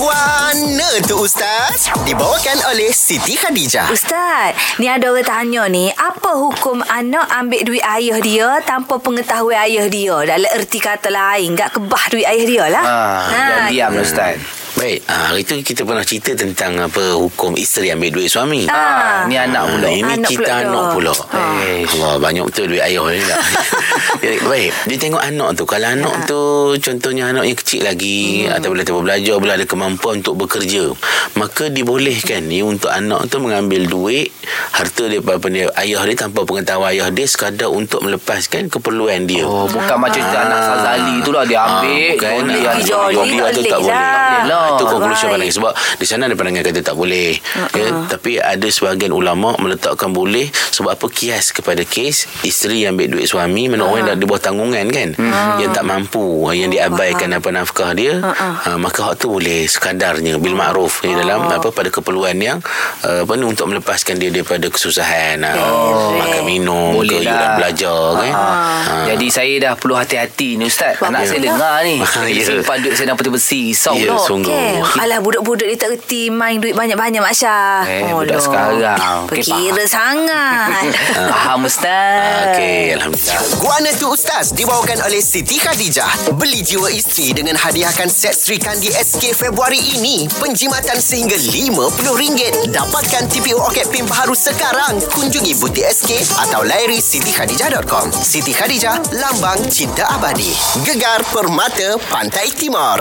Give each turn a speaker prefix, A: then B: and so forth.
A: Guana tu Ustaz Dibawakan oleh Siti Khadijah
B: Ustaz, ni ada orang tanya ni, apa hukum anak ambil duit ayah dia tanpa pengetahuan ayah dia? Dalam erti kata lain, gak kebah duit ayah dia lah.
C: Ah, dan diam lah Ustaz.
D: Baik, ha, hari tu kita pernah cerita tentang apa hukum isteri ambil duit suami.
B: Ah.
C: Ah, ni anak pula.
D: Ini
B: Anak
D: kita
B: pula
D: anak
B: dah.
D: pula.
B: Ah.
D: Eh, Allah, banyak betul duit ayah ni lah. Ya, Baik, dia tengok anak tu. Kalau anak tu contohnya anak yang kecil lagi hmm. atau bila tiba belajar, bila ada kemampuan untuk bekerja, maka dibolehkan ni untuk anak tu mengambil duit harta daripada dia- ayah dia tanpa pengetahuan ayah dia sekadar untuk melepaskan keperluan dia.
C: Oh, bukan macam cerita anak Sazali tu lah dia ambil.
D: Ah, bukan
C: jolly
D: nak-
C: anak
B: Pergi
C: dia.
B: jolly,
D: jolly
B: tak
D: atau
B: boleh
D: tak boleh.
B: lah.
D: Tak boleh lah. Itu
B: Alright.
D: conclusion paling sebab di sana ada pandangan kata tak boleh. Ya, tapi ada sebahagian ulama meletakkan boleh sebab apa kias kepada kes isteri yang ambil duit suami mana orang yang dah di bawah tanggungan kan yang tak mampu yang diabaikan apa nafkah dia ha, maka hak tu boleh sekadarnya bil ma'ruf di dalam apa pada keperluan yang uh, apa ni untuk melepaskan dia daripada kesusahan ah,
B: Correct.
D: makan minum ke
C: Boleh lah.
D: yuran belajar kan.
C: Ha. Jadi saya dah perlu hati-hati ni Ustaz.
B: Ya.
C: Anak saya dengar ni.
D: Ah, ya.
C: Saya simpan duit saya dalam peti besi. Risau
D: Ya,
C: pula.
D: sungguh.
B: Okey. Alah budak-budak ni tak reti main duit banyak-banyak Mak Syah.
C: Eh, budak sekarang. Okey,
B: Perkira sangat.
C: Faham Ustaz.
D: ah. Okey, alhamdulillah.
A: Guana tu Ustaz Dibawakan oleh Siti Khadijah Beli jiwa isteri Dengan hadiahkan set Sri Kandi SK Februari ini Penjimatan sehingga RM50 Dapatkan TPO Oket PIM baru sekarang Kunjungi butik SK Atau layari sitikhadijah.com Siti Khadijah Lambang Cinta Abadi Gegar Permata Pantai Timur